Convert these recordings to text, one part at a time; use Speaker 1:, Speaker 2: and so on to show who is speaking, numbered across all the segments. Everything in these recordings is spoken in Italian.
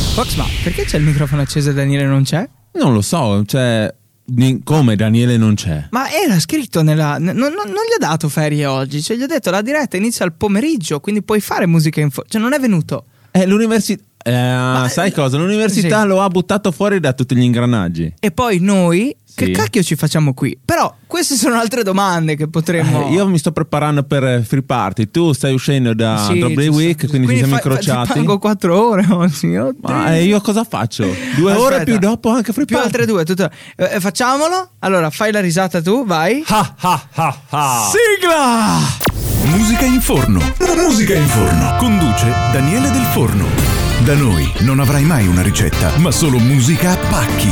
Speaker 1: Fox, ma perché c'è il microfono acceso e Daniele non c'è?
Speaker 2: Non lo so, cioè, ni- come Daniele non c'è?
Speaker 1: Ma era scritto nella. n- non, non- non gli ho dato ferie oggi. Cioè, gli ho detto la diretta inizia al pomeriggio, quindi puoi fare musica in fo- Cioè, non è venuto.
Speaker 2: Eh, l'università... eh, sai cosa? L'università
Speaker 1: sì. Eh,
Speaker 2: lo ha buttato fuori da tutti gli ingranaggi.
Speaker 1: E poi noi. Che
Speaker 2: Sì.
Speaker 1: cacchio ci facciamo qui? Però queste sono altre domande che potremmo.
Speaker 2: Eh, io mi sto preparando per eh, Free Party, tu stai uscendo da
Speaker 1: Sì,
Speaker 2: Drop Day
Speaker 1: giusto,
Speaker 2: Week,
Speaker 1: giusto.
Speaker 2: quindi, ci siamo
Speaker 1: fa- fa- Ti
Speaker 2: incrociati.
Speaker 1: pago 4 ore oggi. oh,
Speaker 2: Ma
Speaker 1: Dio.
Speaker 2: eh, io cosa faccio? Due
Speaker 1: Aspetta.
Speaker 2: ore più dopo anche Free
Speaker 1: Più
Speaker 2: Party?
Speaker 1: altre due. tutto- eh, eh, facciamolo. Allora, fai la risata tu, vai.
Speaker 2: Ha, ha, ha, ha.
Speaker 1: Sigla!
Speaker 3: Musica in forno. Musica in forno. Conduce Daniele Del Forno. Da noi non avrai mai una ricetta, ma solo musica a pacchi.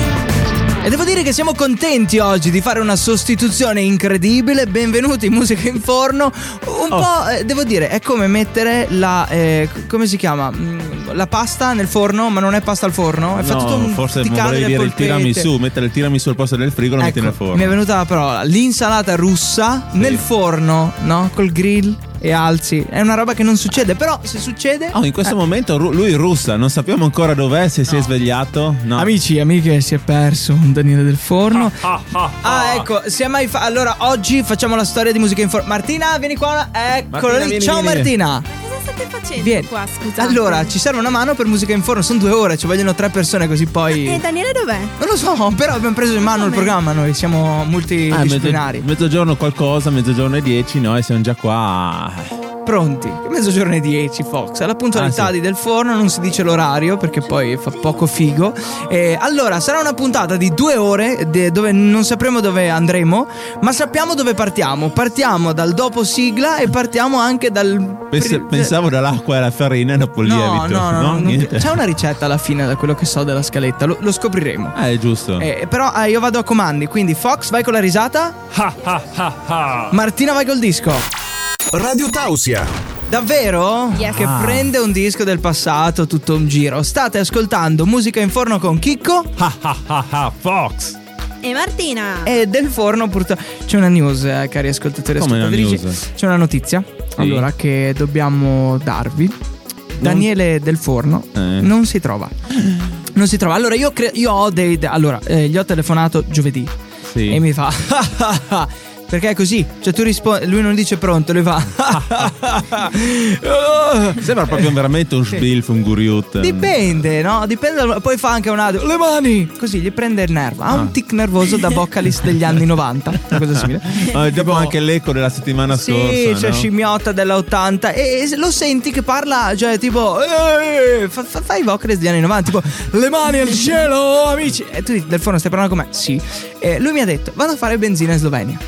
Speaker 1: E devo dire che siamo contenti oggi di fare una sostituzione incredibile. Benvenuti in Musica in Forno. Un
Speaker 2: Oh.
Speaker 1: po', eh, devo dire, è come mettere la. eh, c- come si chiama? Mm, La pasta nel forno, ma non è pasta al forno. È fatto
Speaker 2: No,
Speaker 1: tutto un
Speaker 2: forse
Speaker 1: ticare
Speaker 2: volevi
Speaker 1: delle
Speaker 2: dire il
Speaker 1: polpette.
Speaker 2: tiramisù, mettere il tiramisù al posto del frigo e lo metti
Speaker 1: Ecco,
Speaker 2: nel forno.
Speaker 1: Mi è venuta la parola. L'insalata russa nel forno, no? Col grill e alzi. È una roba che non succede, però se succede.
Speaker 2: Oh, in questo
Speaker 1: eh,
Speaker 2: momento ru- lui russa, non sappiamo ancora dov'è, se si è svegliato. No.
Speaker 1: Amici e amiche, si è perso un Daniele del Forno. Ah, ecco, si è mai fa- Allora, oggi facciamo la storia di musica in forno. Martina, vieni qua. Eccolo
Speaker 2: Martina,
Speaker 1: lì.
Speaker 2: vieni,
Speaker 1: Ciao
Speaker 2: vieni.
Speaker 1: Martina.
Speaker 4: Cosa state facendo
Speaker 1: Vieni.
Speaker 4: qua, scusa?
Speaker 1: Allora, ci serve una mano per musica in forno. Sono due ore, ci vogliono tre persone così
Speaker 4: E
Speaker 1: poi.
Speaker 4: Eh, Daniele dov'è?
Speaker 1: Non lo so, però abbiamo preso in mano il
Speaker 4: Come?
Speaker 1: programma noi, siamo
Speaker 2: Ah, mezzo-
Speaker 1: multidisciplinari.
Speaker 2: mezzogiorno qualcosa, mezzogiorno e 10, noi siamo già qua. Eh,
Speaker 1: Pronti? Che Mezzogiorno e 10, Fox. Alla puntualità
Speaker 2: Ah, sì.
Speaker 1: di Del Forno non si dice l'orario perché poi fa poco figo. Eh, allora, sarà una puntata di due ore de- dove non sapremo dove andremo, ma sappiamo dove partiamo. Partiamo dal dopo sigla e partiamo anche dal.
Speaker 2: pens-
Speaker 1: pri-
Speaker 2: pensavo dall'acqua alla farina e dopo il
Speaker 1: No, no,
Speaker 2: lievito.
Speaker 1: no, no,
Speaker 2: niente.
Speaker 1: c'è una ricetta alla fine da quello che so della scaletta, lo, lo scopriremo.
Speaker 2: Ah, è giusto.
Speaker 1: Eh, però eh, io vado a comandi, quindi Fox vai con la risata. Martina vai col disco.
Speaker 3: Radio Tausia.
Speaker 1: Davvero?
Speaker 4: Yes.
Speaker 1: Che
Speaker 2: Ah.
Speaker 1: prende un disco del passato, tutto un giro. State ascoltando Musica in Forno con Chicco
Speaker 2: Fox.
Speaker 4: E Martina.
Speaker 1: e del forno purtroppo... C'è una news, eh, cari ascoltatori e
Speaker 2: Come una
Speaker 1: ascoltatrici.
Speaker 2: news?
Speaker 1: C'è una notizia, allora, che dobbiamo darvi. Daniele del Forno
Speaker 2: Eh.
Speaker 1: non si trova. Non si trova. Allora, io, cre- io ho dei... de- allora, eh, gli ho telefonato giovedì
Speaker 2: Sì.
Speaker 1: e mi fa... Perché è così? Cioè tu rispondi, lui non dice pronto, lui fa...
Speaker 2: Sembra
Speaker 1: Eh.
Speaker 2: proprio veramente un sbilf, un guriut.
Speaker 1: Dipende, no? Dipende. dal- Poi fa anche un audio. Le mani! Così gli prende il nervo. Ha un tic nervoso da vocalist degli anni 90. Una cosa simile.
Speaker 2: Ah, è
Speaker 1: Tipo-
Speaker 2: tipo anche l'eco della settimana
Speaker 1: Sì,
Speaker 2: scorsa.
Speaker 1: c'è
Speaker 2: no?
Speaker 1: scimmiotta dell'80 e e lo senti che parla, cioè tipo, "Ehi", fa, fa- fa i vocalist degli anni 90, tipo, le mani al cielo, amici. E tu dici, del forno stai parlando con me? Sì. E lui mi ha detto, vado a fare benzina in Slovenia.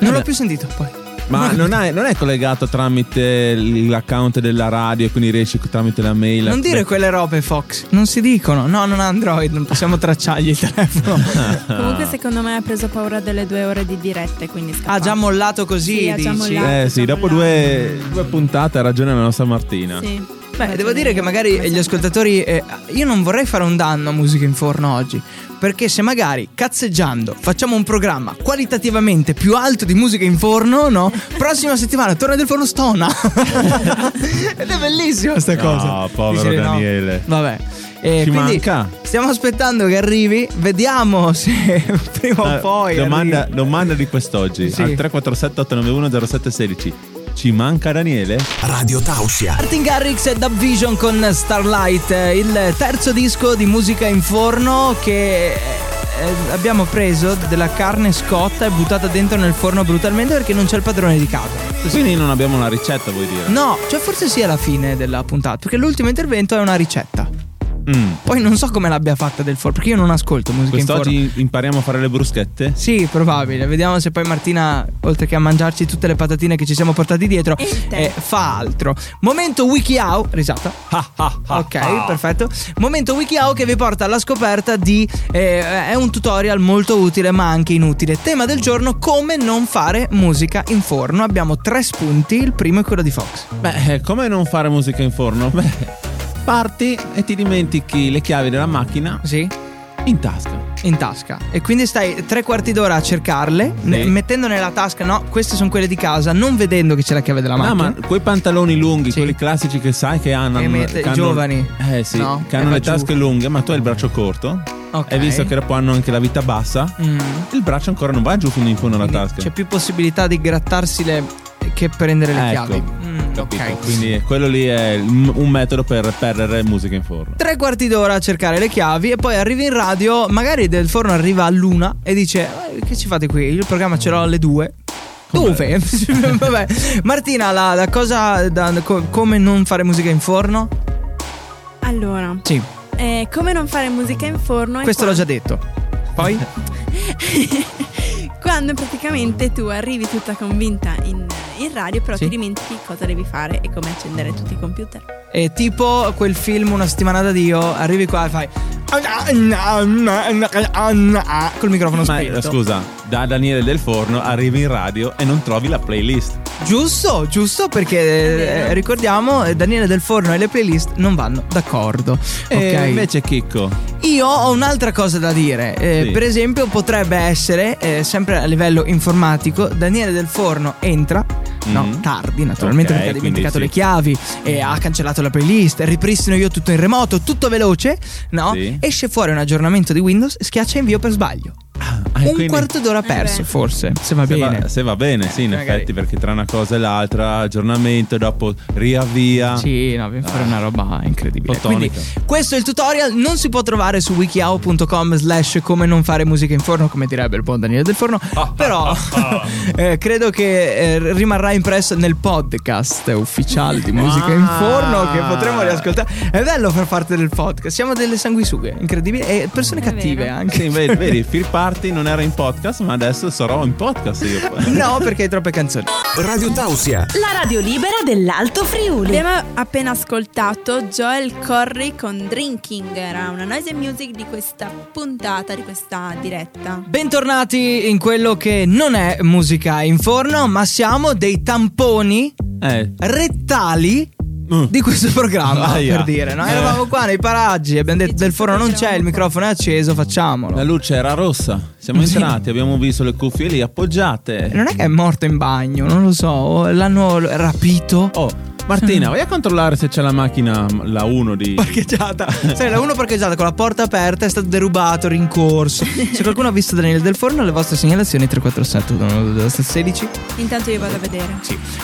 Speaker 1: Non l'ho
Speaker 2: beh.
Speaker 1: più sentito poi.
Speaker 2: Ma non è, non è collegato tramite l- l'account della radio, quindi riesci tramite la mail.
Speaker 1: Non dire quelle robe, Fox. Non si dicono. No, non ha Android, non possiamo tracciargli il telefono.
Speaker 4: Eh, Comunque secondo me ha preso paura delle due ore di dirette, quindi scappa.
Speaker 1: Ha Ah, già mollato così,
Speaker 4: Sì, ha
Speaker 1: dici?
Speaker 4: già mollato.
Speaker 2: Eh sì, dopo due, due puntate ha ragione la nostra Martina.
Speaker 4: Sì.
Speaker 1: Beh, Eh, devo dire che magari gli ascoltatori. eh, io non vorrei fare un danno a Musica in Forno oggi. Perché se magari cazzeggiando facciamo un programma qualitativamente più alto di musica in forno, no? Prossima settimana torna del forno stona. Ed è bellissima sta
Speaker 2: No,
Speaker 1: cosa.
Speaker 2: Ah, povero
Speaker 1: Dicevi, no.
Speaker 2: Daniele.
Speaker 1: Vabbè. Eh,
Speaker 2: Ci
Speaker 1: quindi
Speaker 2: manca.
Speaker 1: Stiamo aspettando che arrivi. Vediamo se prima o
Speaker 2: Eh,
Speaker 1: poi.
Speaker 2: domanda,
Speaker 1: arrivi.
Speaker 2: domanda di quest'oggi
Speaker 1: Sì.
Speaker 2: al 347 891 0716 ci manca Daniele?
Speaker 3: Radio Tausia.
Speaker 1: Martin Garrix e Dub Vision con Starlight, eh, il terzo disco di musica in forno che eh, abbiamo preso della carne scotta e buttata dentro nel forno brutalmente perché non c'è il padrone di casa.
Speaker 2: Quindi non abbiamo la ricetta vuoi dire?
Speaker 1: No, cioè forse sia la fine della puntata, perché l'ultimo intervento è una ricetta.
Speaker 2: Mm.
Speaker 1: Poi non so come l'abbia fatta del forno, perché io non ascolto musica in forno.
Speaker 2: Quest'oggi impariamo a fare le bruschette?
Speaker 1: Sì, probabile. Vediamo se poi Martina, oltre che a mangiarci tutte le patatine che ci siamo portati dietro,
Speaker 4: E il tè.
Speaker 1: eh, fa altro. Momento WikiHow, risata. ok, perfetto. Momento WikiHow che vi porta alla scoperta di. eh, è un tutorial molto utile ma anche inutile. Tema del giorno: come non fare musica in forno. Abbiamo tre spunti. Il primo è quello di Fox.
Speaker 2: Beh, eh, come non fare musica in forno? Beh, parti e ti dimentichi le chiavi della macchina
Speaker 1: Sì?
Speaker 2: in tasca.
Speaker 1: in tasca. E quindi stai tre quarti d'ora a cercarle, ne- mettendo nella tasca, no, queste sono quelle di casa, non vedendo che c'è la chiave della
Speaker 2: No,
Speaker 1: macchina.
Speaker 2: Ah, ma quei pantaloni lunghi,
Speaker 1: Sì.
Speaker 2: quelli classici che sai che hanno.
Speaker 1: Che mette-
Speaker 2: che hanno-
Speaker 1: giovani.
Speaker 2: Eh sì,
Speaker 1: No,
Speaker 2: che
Speaker 1: e
Speaker 2: hanno
Speaker 1: va
Speaker 2: le
Speaker 1: giù.
Speaker 2: tasche lunghe, ma tu hai il braccio corto.
Speaker 1: Ok.
Speaker 2: E visto che dopo hanno anche la vita bassa,
Speaker 1: Mm.
Speaker 2: il braccio ancora non va giù fino in fondo alla
Speaker 1: Quindi
Speaker 2: tasca.
Speaker 1: C'è più possibilità di grattarsi le che prendere le
Speaker 2: Ecco,
Speaker 1: chiavi. Mm,
Speaker 2: capito?
Speaker 1: ok.
Speaker 2: Quindi quello lì è il- un metodo per perdere musica in forno.
Speaker 1: Tre quarti d'ora a cercare le chiavi e poi arrivi in radio, magari del forno arriva all'una e dice "Eh, che ci fate qui? Io il programma ce l'ho alle due. Dove? Vabbè. Martina, la, la cosa da- co- come non fare musica in forno?
Speaker 4: Allora,
Speaker 1: Sì,
Speaker 4: eh, come non fare musica in forno? è
Speaker 1: questo l'ho
Speaker 4: qua-
Speaker 1: già detto. Poi?
Speaker 4: Quando praticamente tu arrivi tutta convinta in, in radio, però
Speaker 1: Sì.
Speaker 4: ti dimentichi cosa devi fare e come accendere tutti i computer.
Speaker 1: È tipo quel film Una settimana da Dio, arrivi qua e fai col microfono
Speaker 2: Ma eh,
Speaker 1: spento.
Speaker 2: scusa, da Daniele del Forno arrivi in radio e non trovi la playlist.
Speaker 1: Giusto, giusto perché eh, ricordiamo eh, Daniele del Forno e le playlist non vanno d'accordo.
Speaker 2: E
Speaker 1: ok.
Speaker 2: Eh, invece Chicco,
Speaker 1: Io ho un'altra cosa da dire. Eh,
Speaker 2: Sì.
Speaker 1: Per esempio, potrebbe essere, eh, sempre a livello informatico, Daniele Del Forno entra. No,
Speaker 2: Mhm.
Speaker 1: tardi naturalmente
Speaker 2: Ok,
Speaker 1: perché ha dimenticato le
Speaker 2: quindi sì. Mm-hmm.
Speaker 1: chiavi e ha cancellato la playlist, ripristino io tutto in remoto, tutto veloce, no?
Speaker 2: Sì.
Speaker 1: Esce fuori un aggiornamento di Windows, schiaccia invio per sbaglio.
Speaker 2: Ah,
Speaker 1: un
Speaker 2: quindi-
Speaker 1: quarto d'ora perso
Speaker 4: beh.
Speaker 1: forse, se va
Speaker 2: se
Speaker 1: bene.
Speaker 2: va, se va bene, sì, in
Speaker 1: magari.
Speaker 2: effetti, perché tra una cosa e l'altra, aggiornamento, dopo riavvia.
Speaker 1: Sì, no, devi fare una roba incredibile. Quindi,
Speaker 2: Fotonica.
Speaker 1: questo è il tutorial, non si può trovare su wikiao.com slash come non fare musica in forno, come direbbe il buon Daniele del Forno,
Speaker 2: Ah.
Speaker 1: però eh, credo che eh, rimarrà impresso nel podcast ufficiale di musica in
Speaker 2: Ah.
Speaker 1: forno che potremo riascoltare. È bello far parte del podcast, siamo delle sanguisughe, incredibili, e persone
Speaker 4: È
Speaker 1: cattive
Speaker 4: vero.
Speaker 1: anche.
Speaker 2: Sì, vedi, vedi, Fear Party non era in podcast, ma adesso sarò in podcast io.
Speaker 1: No, perché hai troppe canzoni.
Speaker 3: Radio Tausia.
Speaker 5: La radio libera dell'Alto Friuli.
Speaker 4: Abbiamo appena ascoltato Joel Corry con Drinking, era una noise and music di questa puntata, di questa diretta.
Speaker 1: Bentornati in quello che non è musica in forno, ma siamo dei tamponi
Speaker 2: Eh,
Speaker 1: rettali
Speaker 2: Mm.
Speaker 1: di questo programma
Speaker 2: Aia.
Speaker 1: per dire no?
Speaker 2: Eh.
Speaker 1: eravamo qua nei paraggi abbiamo detto del forno non c'è il microfono è acceso
Speaker 2: la
Speaker 1: facciamolo
Speaker 2: luce era rossa. Siamo
Speaker 1: Sì.
Speaker 2: entrati, abbiamo visto le cuffie lì appoggiate.
Speaker 1: non è che è morto in bagno non lo so o l'hanno rapito
Speaker 2: Oh, Martina, vai a controllare se c'è la macchina, la 1 di...
Speaker 1: parcheggiata sai la uno parcheggiata con la porta aperta è stato derubato rincorso se qualcuno ha visto Daniele del Forno le vostre segnalazioni 347 16
Speaker 4: Intanto io vado a vedere.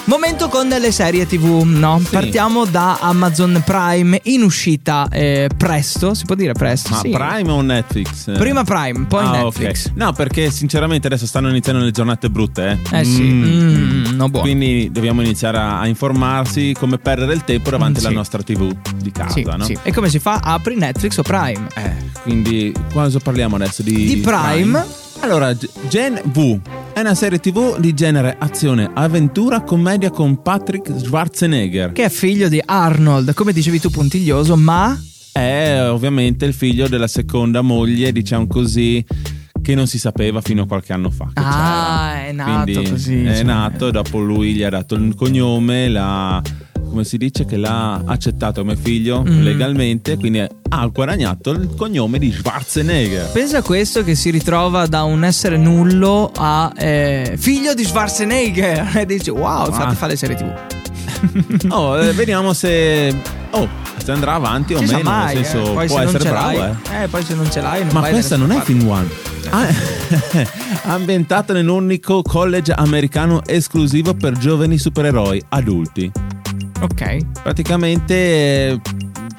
Speaker 1: Momento con le serie TV, no? Partiamo da Amazon Prime in uscita eh, presto, si può dire presto?
Speaker 2: Ma
Speaker 1: Sì.
Speaker 2: Prime o Netflix?
Speaker 1: Prima Prime, poi
Speaker 2: Ah,
Speaker 1: Netflix.
Speaker 2: ok. No, perché sinceramente adesso stanno iniziando le giornate brutte, eh.
Speaker 1: Eh sì,
Speaker 2: Mm.
Speaker 1: mm, no buono.
Speaker 2: Quindi dobbiamo iniziare a, a informarsi come perdere il tempo davanti
Speaker 1: Mm, sì.
Speaker 2: alla nostra TV di casa,
Speaker 1: Sì,
Speaker 2: no?
Speaker 1: sì. E come si fa? Apri Netflix o Prime.
Speaker 2: Eh, quindi cosa parliamo adesso di,
Speaker 1: Di Prime.
Speaker 2: Allora, G- Gen V è una serie TV di genere azione, avventura, commedia con Patrick Schwarzenegger.
Speaker 1: Che è figlio di Arnold, come dicevi tu, puntiglioso, ma
Speaker 2: è eh, ovviamente il figlio della seconda moglie, diciamo così, che non si sapeva fino a qualche anno fa. che
Speaker 1: Ah,
Speaker 2: c'era.
Speaker 1: è nato
Speaker 2: Quindi
Speaker 1: così,
Speaker 2: È
Speaker 1: cioè.
Speaker 2: nato, dopo lui gli ha dato il cognome, l'ha, come si dice, che l'ha accettato come figlio
Speaker 1: Mm.
Speaker 2: legalmente, quindi ha guadagnato il cognome di Schwarzenegger.
Speaker 1: pensa a questo che si ritrova da un essere nullo a eh, figlio di Schwarzenegger. E dici, wow,
Speaker 2: Ah.
Speaker 1: fate fare le serie TV.
Speaker 2: Oh, eh, vediamo se... Oh, se andrà avanti o
Speaker 1: Si sa
Speaker 2: meno,
Speaker 1: mai,
Speaker 2: nel senso
Speaker 1: eh. poi
Speaker 2: può
Speaker 1: se non
Speaker 2: essere
Speaker 1: ce
Speaker 2: bravo, eh.
Speaker 1: l'hai, eh. poi se non ce l'hai, non
Speaker 2: Ma
Speaker 1: vai da
Speaker 2: questa non è
Speaker 1: nessuna parte.
Speaker 2: Film One. Ah, ambientata in un unico college americano esclusivo per giovani supereroi adulti.
Speaker 1: Ok,
Speaker 2: Praticamente, eh,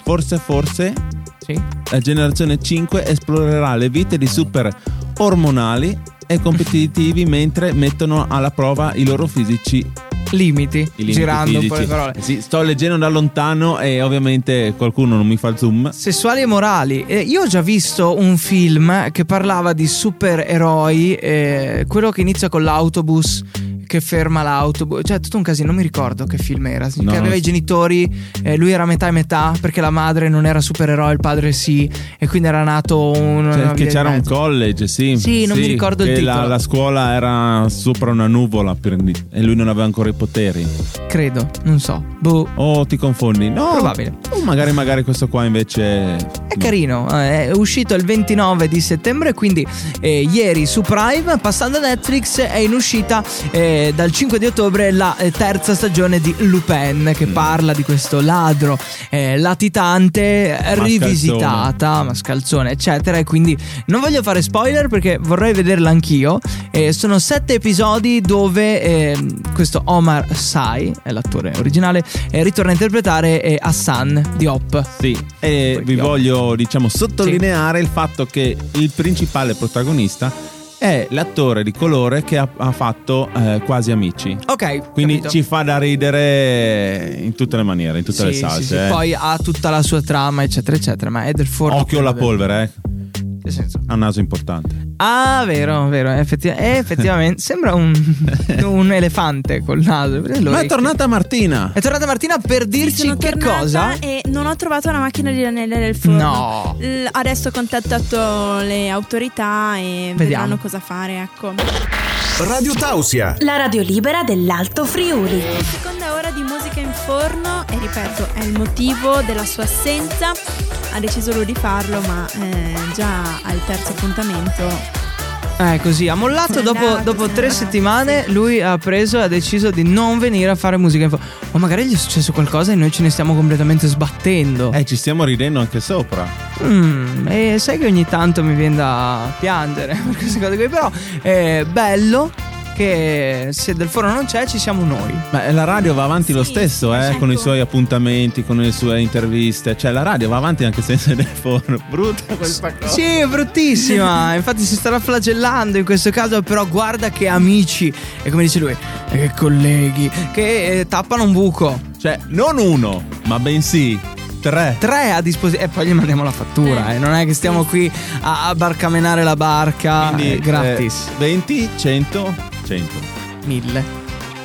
Speaker 2: forse, forse,
Speaker 1: sì.
Speaker 2: la generazione 5 esplorerà le vite di super ormonali e competitivi mentre mettono alla prova i loro fisici.
Speaker 1: Limiti,
Speaker 2: i limiti
Speaker 1: girando un po' le
Speaker 2: fisici.
Speaker 1: parole.
Speaker 2: Sì, sto leggendo da lontano e ovviamente qualcuno non mi fa il zoom.
Speaker 1: Sessuali e morali. Eh, io ho già visto un film che parlava di supereroi, eh, quello che inizia con l'autobus, che ferma l'autobus. Cioè, tutto un casino, non mi ricordo che film era. Che
Speaker 2: No,
Speaker 1: aveva
Speaker 2: non-
Speaker 1: i genitori, eh, lui era metà e metà, perché la madre non era supereroe, il padre sì. E quindi era nato un.
Speaker 2: Cioè,
Speaker 1: una
Speaker 2: che
Speaker 1: via
Speaker 2: c'era
Speaker 1: in
Speaker 2: un
Speaker 1: mezzo.
Speaker 2: college, sì.
Speaker 1: Sì, non mi ricordo il
Speaker 2: che la,
Speaker 1: titolo.
Speaker 2: la scuola era sopra una nuvola per- e lui non aveva ancora i poteri.
Speaker 1: Credo, non so. Boh.
Speaker 2: Oh, ti confondi? No.
Speaker 1: Probabile.
Speaker 2: O magari, magari questo qua invece.
Speaker 1: È carino, eh, è uscito il 29 di settembre, quindi eh, ieri su Prime, passando a Netflix, è in uscita eh, dal 5 di ottobre la eh, terza stagione di Lupin,
Speaker 2: Mm.
Speaker 1: che parla di questo ladro eh, latitante rivisitata, mascalzone, eccetera. E quindi non voglio fare spoiler perché vorrei vederla anch'io. Eh, sono sette episodi dove ehm, questo Omar Sai, è l'attore originale, eh, ritorna a interpretare eh, Hassan di Hop.
Speaker 2: Sì, e vi
Speaker 1: Perché-
Speaker 2: voglio diciamo sottolineare il fatto che il principale protagonista è l'attore di colore che ha, ha fatto eh, quasi amici.
Speaker 1: Ok,
Speaker 2: Quindi
Speaker 1: capito.
Speaker 2: ci fa da ridere in tutte le maniere, in tutte le
Speaker 1: Sì,
Speaker 2: salse.
Speaker 1: sì, sì.
Speaker 2: eh.
Speaker 1: Poi ha tutta la sua trama, eccetera, eccetera. Ma è del forno.
Speaker 2: Occhio alla
Speaker 1: Quello
Speaker 2: polvere, eh.
Speaker 1: del- Che senso?
Speaker 2: Ha un naso importante.
Speaker 1: Ah, vero, vero. effetti- eh, effettivamente sembra un, un elefante col naso. Vedete
Speaker 2: Ma è
Speaker 1: l'orecchio?
Speaker 2: tornata Martina.
Speaker 1: È tornata Martina per dirci
Speaker 4: Sono
Speaker 1: che
Speaker 4: tornata
Speaker 1: cosa.
Speaker 4: E non ho trovato la macchina di Daniele del forno.
Speaker 1: No.
Speaker 4: L- adesso ho contattato le autorità e
Speaker 1: Vediamo.
Speaker 4: vedranno cosa fare, ecco.
Speaker 3: Radio Tausia.
Speaker 5: La radio libera dell'Alto Friuli.
Speaker 4: Seconda ora di musica in forno e ripeto, è il motivo della sua assenza. Ha deciso lui di farlo, ma eh, già al terzo appuntamento.
Speaker 1: Eh, così. Ha mollato
Speaker 4: Sono
Speaker 1: dopo,
Speaker 4: andata,
Speaker 1: dopo
Speaker 4: sono
Speaker 1: tre
Speaker 4: andata,
Speaker 1: settimane.
Speaker 4: sì.
Speaker 1: Lui ha preso e ha deciso di non venire a fare musica. in fo- O magari gli è successo qualcosa e noi ce ne stiamo completamente sbattendo.
Speaker 2: Eh, ci stiamo ridendo anche sopra.
Speaker 1: Mm, e sai che ogni tanto mi viene da piangere per queste cose qui, però è bello che se del forno non c'è ci siamo noi.
Speaker 2: Ma eh, la radio va avanti lo
Speaker 4: Sì,
Speaker 2: stesso, eh,
Speaker 4: certo.
Speaker 2: con i suoi appuntamenti, con le sue interviste. Cioè, la radio va avanti anche senza del forno. Brutta questa cosa.
Speaker 1: Sì, è bruttissima, infatti si starà flagellando in questo caso, però guarda che amici, e come dice lui, e che colleghi, che eh, tappano un buco.
Speaker 2: Cioè, non uno, ma bensì tre.
Speaker 1: Tre a disposizione, e poi gli mandiamo la fattura, eh, non è che stiamo qui a, a barcamenare la barca
Speaker 2: Quindi,
Speaker 1: eh, gratis.
Speaker 2: eh, 20, 100, 100.
Speaker 1: Mille.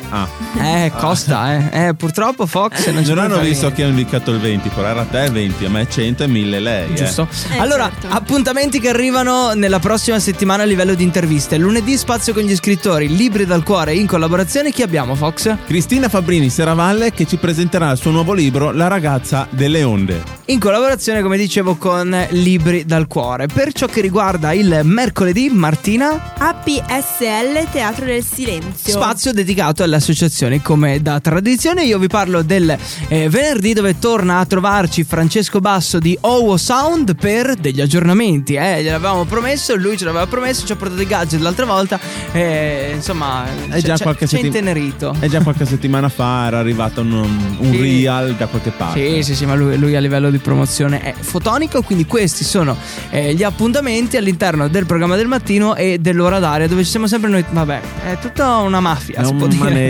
Speaker 2: Ah,
Speaker 1: Eh, costa, eh. Eh, purtroppo Fox non,
Speaker 2: non,
Speaker 1: ci puoi
Speaker 2: hanno
Speaker 1: fare
Speaker 2: visto
Speaker 1: niente.
Speaker 2: che hanno indicato il 20, però in realtà è 20, a me è 100 e 1000 lei. eh.
Speaker 1: Giusto.
Speaker 4: Eh,
Speaker 1: allora,
Speaker 4: certo.
Speaker 1: appuntamenti che arrivano nella prossima settimana a livello di interviste. Lunedì spazio con gli scrittori, libri dal cuore in collaborazione. Chi abbiamo, Fox?
Speaker 2: Cristina Fabrini Seravalle che ci presenterà il suo nuovo libro La ragazza delle onde.
Speaker 1: In collaborazione, come dicevo, con Libri dal cuore. Per ciò che riguarda il mercoledì, Martina,
Speaker 4: APSL Teatro del Silenzio.
Speaker 1: spazio dedicato alle associazioni come da tradizione. Io vi parlo del eh, venerdì dove torna a trovarci Francesco Basso di OWO Sound per degli aggiornamenti. Eh, gliel'avevamo promesso, lui ce l'aveva promesso, ci ha portato i gadget l'altra volta. eh, insomma,
Speaker 2: È
Speaker 1: ci-
Speaker 2: già
Speaker 1: ci-
Speaker 2: qualche
Speaker 1: ci ha
Speaker 2: settim- Eh,
Speaker 1: intenerito.
Speaker 2: E già qualche settimana fa era arrivato un, un
Speaker 1: Sì.
Speaker 2: real da qualche parte.
Speaker 1: Sì, sì, sì, ma lui, lui a livello di promozione è fotonico, quindi questi sono eh, gli appuntamenti all'interno del programma del mattino e dell'ora d'aria, dove ci siamo sempre noi. Vabbè, è tutta una mafia,
Speaker 2: È
Speaker 1: si può
Speaker 2: un
Speaker 1: dire.
Speaker 2: maneggio.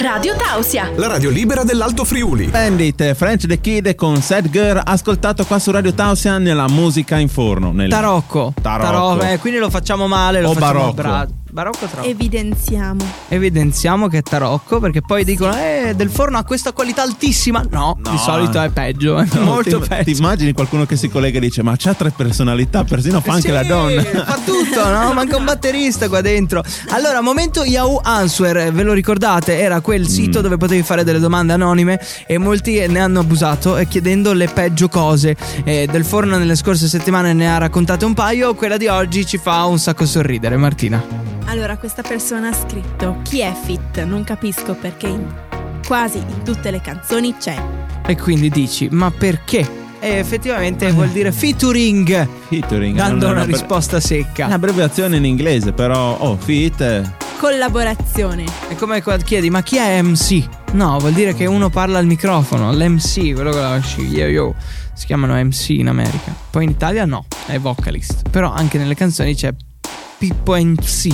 Speaker 5: Radio Tausia.
Speaker 3: La radio libera dell'Alto Friuli.
Speaker 2: Bandit, French the Kid con Sad Girl, ascoltato qua su Radio Tausia nella musica in forno. nel-
Speaker 1: Tarocco.
Speaker 2: Tarocco.
Speaker 1: eh, quindi lo facciamo male, lo
Speaker 2: O
Speaker 1: facciamo a
Speaker 2: barocco.
Speaker 1: bra- Barocco o tarocco.
Speaker 4: Evidenziamo.
Speaker 1: Evidenziamo che è tarocco perché poi dicono "Eh, del forno ha questa qualità altissima". No,
Speaker 2: No.
Speaker 1: di solito è peggio, è
Speaker 2: No,
Speaker 1: molto
Speaker 2: ti,
Speaker 1: peggio.
Speaker 2: ti immagini qualcuno che si collega e dice ma c'ha tre personalità, persino fa anche
Speaker 1: Sì,
Speaker 2: la donna.
Speaker 1: Fa tutto, no? Manca un batterista qua dentro. Allora, momento Yahoo Answer, eh, ve lo ricordate? Era
Speaker 2: Mm.
Speaker 1: quel sito dove potevi fare delle domande anonime e molti eh, ne hanno abusato eh, chiedendo le peggio cose. Eh, del forno nelle scorse settimane ne ha raccontate un paio, quella di oggi ci fa un sacco sorridere, Martina.
Speaker 4: Allora, questa persona ha scritto Chi è Fit? Non capisco perché in- quasi in tutte le canzoni c'è.
Speaker 1: E quindi dici, ma perché? E effettivamente vuol dire featuring,
Speaker 2: Featuring,
Speaker 1: dando
Speaker 2: non è
Speaker 1: una
Speaker 2: bre-
Speaker 1: risposta
Speaker 2: è
Speaker 1: secca.
Speaker 2: un'abbreviazione in inglese, però oh, fit. eh.
Speaker 4: Collaborazione.
Speaker 1: È come quando chiedi, ma chi è MC? No, vuol dire che uno parla al microfono, l'MC, quello con la sciglia, yo. Si chiamano MC in America. Poi in Italia no, è vocalist. Però anche nelle canzoni c'è Pippo and C.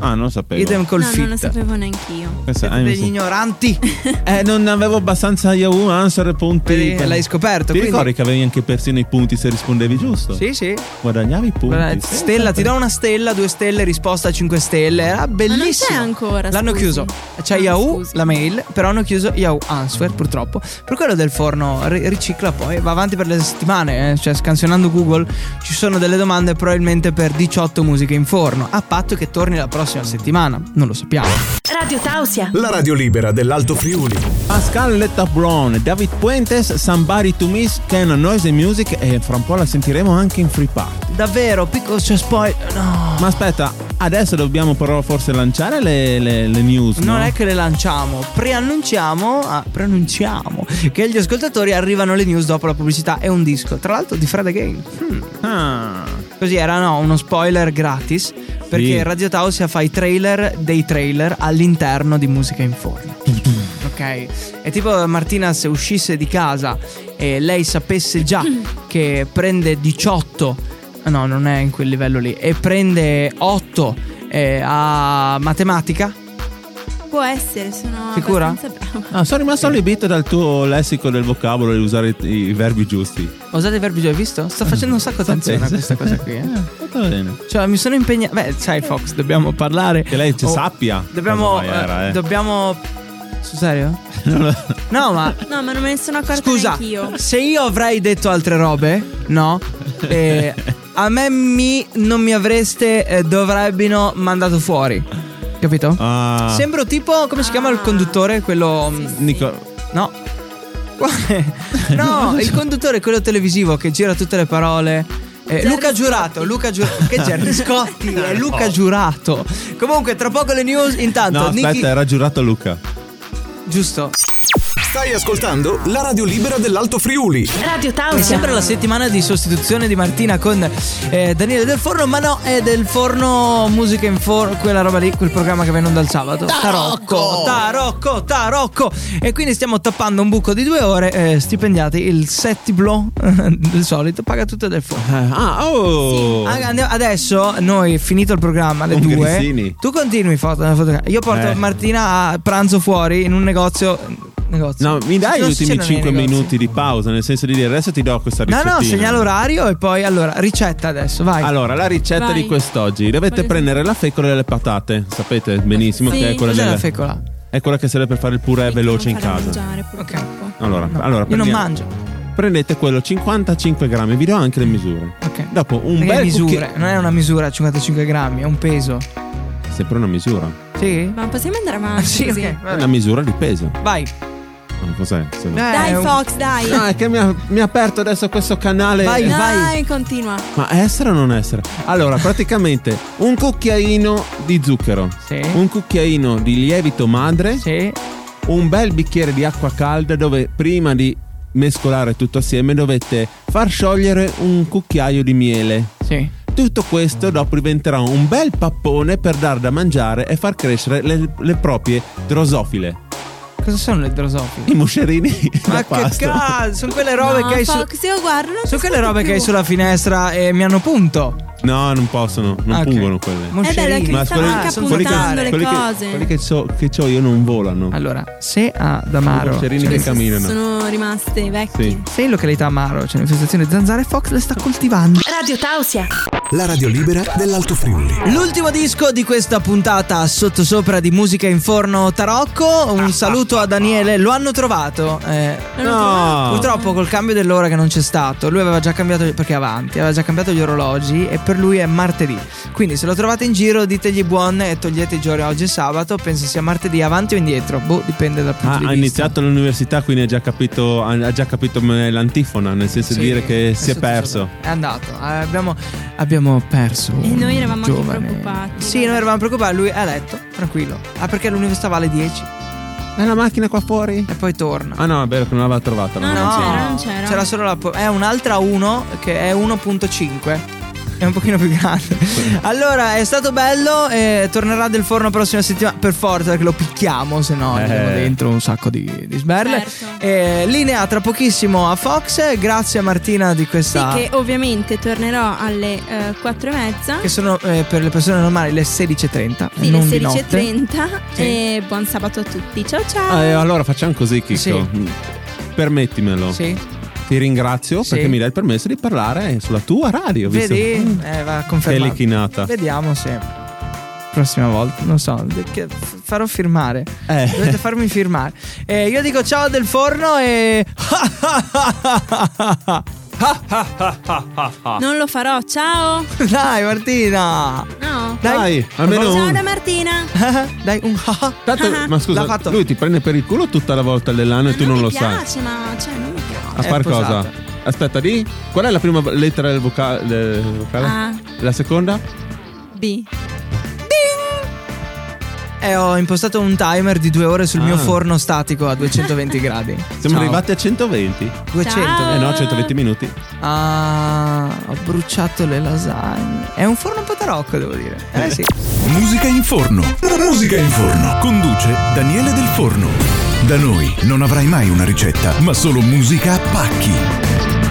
Speaker 2: Ah, non lo sapevo.
Speaker 1: Idem col
Speaker 4: no, non lo
Speaker 1: fit.
Speaker 4: sapevo neanch'io.
Speaker 2: Pensa-
Speaker 1: Siete
Speaker 2: ah, mi
Speaker 1: degli
Speaker 2: sa-
Speaker 1: ignoranti.
Speaker 2: Eh, non avevo abbastanza Yahoo Answer punti.
Speaker 1: Vedi, l'hai scoperto,
Speaker 2: Ti
Speaker 1: quindi-
Speaker 2: ricordi che avevi anche persino i punti se rispondevi giusto?
Speaker 1: Sì, sì.
Speaker 2: Guadagnavi i punti.
Speaker 1: Guarda,
Speaker 2: Sì,
Speaker 1: Stella, ti do
Speaker 2: esatto.
Speaker 1: una stella, due stelle, risposta a 5 stelle. Era bellissimo.
Speaker 4: c'è ancora,
Speaker 1: L'hanno
Speaker 4: scusi.
Speaker 1: chiuso. C'è
Speaker 4: Ah,
Speaker 1: Yahoo,
Speaker 4: scusi.
Speaker 1: la mail, però hanno chiuso Yahoo Answer, purtroppo. Per quello del forno ri- ricicla poi, va avanti per le settimane. eh. Cioè, scansionando Google ci sono delle domande probabilmente per 18 musiche in forno. A patto che torni la prossima settimana. Non lo sappiamo.
Speaker 5: Radio Tausia.
Speaker 3: La radio libera dell'Alto Friuli.
Speaker 2: Pascal Letta Brown, David Puentes, Somebody to Miss, che è una noise music e fra un po' la sentiremo anche in free party.
Speaker 1: Davvero, piccolo, c'è spoil. No.
Speaker 2: Ma aspetta, adesso dobbiamo però forse lanciare le, le- le news.
Speaker 1: Non
Speaker 2: no?
Speaker 1: è che le lanciamo, preannunciamo, ah, preannunciamo che agli ascoltatori arrivano le news dopo la pubblicità e un disco, tra l'altro di Fred Again. Hmm.
Speaker 2: Ah,
Speaker 1: Così era no, uno spoiler gratis perché
Speaker 2: Sì.
Speaker 1: Radio Tausia fa i trailer dei trailer all'interno di Musica in Forno. ok? È tipo Martina se uscisse di casa e lei sapesse già che prende 18, no non è in quel livello lì, e prende 8 eh, a matematica.
Speaker 4: Può essere, sono
Speaker 1: Sicura?
Speaker 4: abbastanza brava.
Speaker 2: Ah, sono rimasto allibito dal tuo lessico del vocabolo di usare i, i verbi giusti.
Speaker 1: Usate i verbi già, hai visto? Sto facendo un sacco attenzione a questa cosa qui. eh.
Speaker 2: Eh, fatto bene.
Speaker 1: Cioè, mi sono impegnato. Beh, sai, Fox, dobbiamo parlare.
Speaker 2: Che lei ci
Speaker 1: Oh,
Speaker 2: sappia.
Speaker 1: Dobbiamo.
Speaker 2: cosa mai era, eh.
Speaker 1: Dobbiamo. Sul serio?
Speaker 2: Non lo-
Speaker 1: No, ma.
Speaker 4: No, ma non me ne sono accorta
Speaker 1: Scusa,
Speaker 4: neanch'io.
Speaker 1: se io avrei detto altre robe, no? Eh, a me mi, non mi avreste, eh, dovrebbero mandato fuori. Capito?
Speaker 2: Ah,
Speaker 1: Sembro tipo. Come si chiama il
Speaker 4: Ah.
Speaker 1: conduttore? Quello. mm,
Speaker 2: Nico,
Speaker 1: No. Quale? No, il conduttore, è quello televisivo che gira tutte le parole. Eh,
Speaker 4: Gerry
Speaker 1: Luca Giurato, Luca Giurato. Che Gerry Scotti? È Luca Giurato. Comunque, tra poco le news. Intanto,
Speaker 2: no, aspetta,
Speaker 1: Nicky-
Speaker 2: era giurato Luca.
Speaker 1: Giusto.
Speaker 3: Stai ascoltando la radio libera dell'Alto Friuli.
Speaker 5: Radio
Speaker 1: È
Speaker 5: Tausia.
Speaker 1: sempre la settimana di sostituzione di Martina con eh, Daniele Del Forno, ma no, è Del Forno Musica in Forno, quella roba lì, quel programma che viene onda il sabato. Tarocco! Tarocco, tarocco! E quindi stiamo tappando un buco di due ore, eh, stipendiati, il settiblo del solito, paga tutto Del Forno.
Speaker 2: Ah, oh!
Speaker 1: Ah, andiamo- adesso noi, finito il programma alle
Speaker 2: Con
Speaker 1: due,
Speaker 2: Grissini.
Speaker 1: tu continui foto, la foto- io porto
Speaker 2: Eh.
Speaker 1: Martina a pranzo fuori in un negozio... negozio.
Speaker 2: No, mi dai
Speaker 1: Non
Speaker 2: gli
Speaker 1: si
Speaker 2: ultimi
Speaker 1: cenano nei
Speaker 2: 5
Speaker 1: negozi.
Speaker 2: minuti di pausa, nel senso di dire adesso ti do questa
Speaker 1: No,
Speaker 2: ricetta.
Speaker 1: no, segnala orario e poi allora ricetta adesso, vai.
Speaker 2: Allora, la ricetta
Speaker 4: Vai.
Speaker 2: di quest'oggi. Dovete
Speaker 4: Voglio-
Speaker 2: prendere la fecola e le patate. Sapete benissimo
Speaker 4: Sì.
Speaker 2: che è quella,
Speaker 1: Cos'è
Speaker 2: delle-
Speaker 1: la fecola?
Speaker 2: è quella che serve per fare il purè veloce in casa.
Speaker 4: Mangiare,
Speaker 1: purtroppo.
Speaker 4: purtroppo.
Speaker 2: Allora,
Speaker 1: No,
Speaker 2: allora
Speaker 1: io non
Speaker 2: prendiamo-
Speaker 1: mangio.
Speaker 2: Prendete quello 55 grammi, vi do anche le misure.
Speaker 1: Ok.
Speaker 2: Dopo un
Speaker 1: Perché
Speaker 2: bel
Speaker 1: misure,
Speaker 2: cucchiaio-
Speaker 1: non è una misura 55 grammi, è un peso.
Speaker 2: Sempre una misura.
Speaker 1: Sì?
Speaker 4: Ma possiamo andare avanti?
Speaker 1: Ah, Sì,
Speaker 4: così?
Speaker 1: ok.
Speaker 2: È
Speaker 1: vabbè.
Speaker 2: una misura di peso.
Speaker 1: Vai.
Speaker 2: Ah, Cos'è? Se no-
Speaker 1: Eh,
Speaker 4: Dai,
Speaker 1: è un-
Speaker 4: Fox, dai.
Speaker 2: No, è che mi ha, mi ha aperto adesso questo canale.
Speaker 1: Vai,
Speaker 4: dai,
Speaker 1: vai.
Speaker 4: continua.
Speaker 2: Ma essere o non essere? Allora, praticamente un cucchiaino di zucchero,
Speaker 1: Sì.
Speaker 2: un cucchiaino di lievito madre,
Speaker 1: Sì.
Speaker 2: un bel bicchiere di acqua calda dove prima di mescolare tutto assieme dovete far sciogliere un cucchiaio di miele.
Speaker 1: Sì.
Speaker 2: Tutto questo dopo diventerà un bel pappone per dar da mangiare e far crescere le, le proprie drosofile.
Speaker 1: Cosa sono le drosofile?
Speaker 2: I moscerini.
Speaker 1: Ma
Speaker 2: da
Speaker 1: che
Speaker 2: pasta.
Speaker 1: cazzo, sono quelle robe
Speaker 4: No,
Speaker 1: che hai su
Speaker 4: Fox, io guardo. non ti
Speaker 1: Sono quelle
Speaker 4: ascolto
Speaker 1: robe che
Speaker 4: più.
Speaker 1: hai sulla finestra e mi hanno punto.
Speaker 2: No, non possono, non
Speaker 1: Ah, ok.
Speaker 2: pungono quelle.
Speaker 4: Eh beh,
Speaker 1: Moscerini.
Speaker 4: perché Ma stanno quelli- anche
Speaker 1: sono
Speaker 2: quelli
Speaker 4: puntando
Speaker 1: totale.
Speaker 4: le
Speaker 2: quelli che-
Speaker 4: cose.
Speaker 2: quelli che so- che c'ho io non volano.
Speaker 1: Allora, se ad Amaro,
Speaker 2: Moscerini
Speaker 1: cioè,
Speaker 2: che camminano.
Speaker 4: Sono rimaste vecchie.
Speaker 2: Sì.
Speaker 1: se in località Amaro c'è un'infestazione di zanzare, Fox le sta coltivando.
Speaker 5: Radio Tausia.
Speaker 3: La radio libera dell'Alto Friuli.
Speaker 1: L'ultimo disco di questa puntata sottosopra di Musica in Forno Tarocco.
Speaker 2: Ah,
Speaker 1: Un saluto a Daniele, lo hanno trovato. eh,
Speaker 2: No,
Speaker 1: Purtroppo col cambio dell'ora che non c'è stato, lui aveva già cambiato perché è avanti, aveva già cambiato gli orologi e per lui è martedì. Quindi se lo trovate in giro ditegli buon e togliete i giorni oggi è sabato, penso sia martedì avanti o indietro, boh, dipende dal punto
Speaker 2: Ah, ha,
Speaker 1: di
Speaker 2: ha
Speaker 1: vista.
Speaker 2: iniziato l'università, quindi ha già capito, ha ha già capito me- l'antifona, nel senso
Speaker 1: Sì,
Speaker 2: di dire che si è
Speaker 1: sotto-
Speaker 2: perso.
Speaker 1: sotto. È andato. Eh, Abbiamo, abbiamo perso.
Speaker 4: E
Speaker 1: un
Speaker 4: noi eravamo anche
Speaker 1: giovane.
Speaker 4: preoccupati.
Speaker 1: Sì, noi eravamo preoccupati. Lui ha letto, tranquillo. Ah, perché l'università va alle 10
Speaker 2: È la macchina qua fuori?
Speaker 1: e poi torna.
Speaker 2: Ah no, è vero che non l'aveva trovata.
Speaker 4: No,
Speaker 2: ma
Speaker 4: no,
Speaker 2: non c'era.
Speaker 4: c'era, non c'era.
Speaker 1: solo la. po- È un'altra 1 che è 1.5. È un pochino più grande. Allora, è stato bello. eh, tornerà del forno la prossima settimana. Per forza, perché lo picchiamo, se no
Speaker 2: Eh.
Speaker 1: andiamo dentro un sacco di, di sberle.
Speaker 4: Certo.
Speaker 1: Eh, linea tra pochissimo a Fox. Grazie a Martina di
Speaker 4: Sì,
Speaker 1: questa.
Speaker 4: che ovviamente tornerò alle 4 e mezza.
Speaker 1: che sono eh, per le persone normali le 16.30.
Speaker 4: Sì, le
Speaker 1: non di notte.
Speaker 4: 16.30
Speaker 1: Sì.
Speaker 4: e buon sabato a tutti. Ciao ciao.
Speaker 2: Eh, allora facciamo così, Chicco.
Speaker 1: Sì.
Speaker 2: Mm. Permettimelo.
Speaker 1: Sì.
Speaker 2: Ti ringrazio
Speaker 1: Sì.
Speaker 2: perché mi dai il permesso di parlare sulla tua radio. visto-
Speaker 1: Vedi? Eh, va
Speaker 2: Che
Speaker 1: confermato.
Speaker 2: lichinata.
Speaker 1: Vediamo se. Prossima volta, non so, che f- farò firmare.
Speaker 2: Eh.
Speaker 1: Dovete farmi firmare. Eh, io dico ciao del forno e.
Speaker 2: eh.
Speaker 4: Non lo farò. Ciao.
Speaker 1: Dai, Martina!
Speaker 4: No.
Speaker 2: Dai, almeno
Speaker 4: Ciao
Speaker 2: un-
Speaker 4: da Martina.
Speaker 1: Dai, un ah.
Speaker 2: Tanto- ma
Speaker 1: L'ha
Speaker 2: scusa,
Speaker 1: fatto.
Speaker 2: lui ti prende per il culo tutta la volta dell'anno e tu non,
Speaker 4: mi
Speaker 2: lo sai.
Speaker 4: piace, ma cioè non mi piace.
Speaker 2: A
Speaker 1: È
Speaker 2: far
Speaker 1: posata.
Speaker 2: cosa? Aspetta lì. Qual è la prima lettera del voca- del vocale?
Speaker 4: Ah.
Speaker 2: La seconda?
Speaker 4: B.
Speaker 1: E Eh, ho impostato un timer di due ore sul
Speaker 2: Ah.
Speaker 1: mio forno statico a 220 gradi.
Speaker 2: Siamo
Speaker 1: Ciao.
Speaker 2: arrivati a 120.
Speaker 1: 200.
Speaker 4: Ciao.
Speaker 2: Eh no, 120 minuti.
Speaker 1: Ah, ho bruciato le lasagne. È un forno un po' tarocco, devo dire. Eh sì.
Speaker 3: Musica in forno. Musica in forno. Conduce Daniele Del Forno. Da noi non avrai mai una ricetta, ma solo musica a pacchi.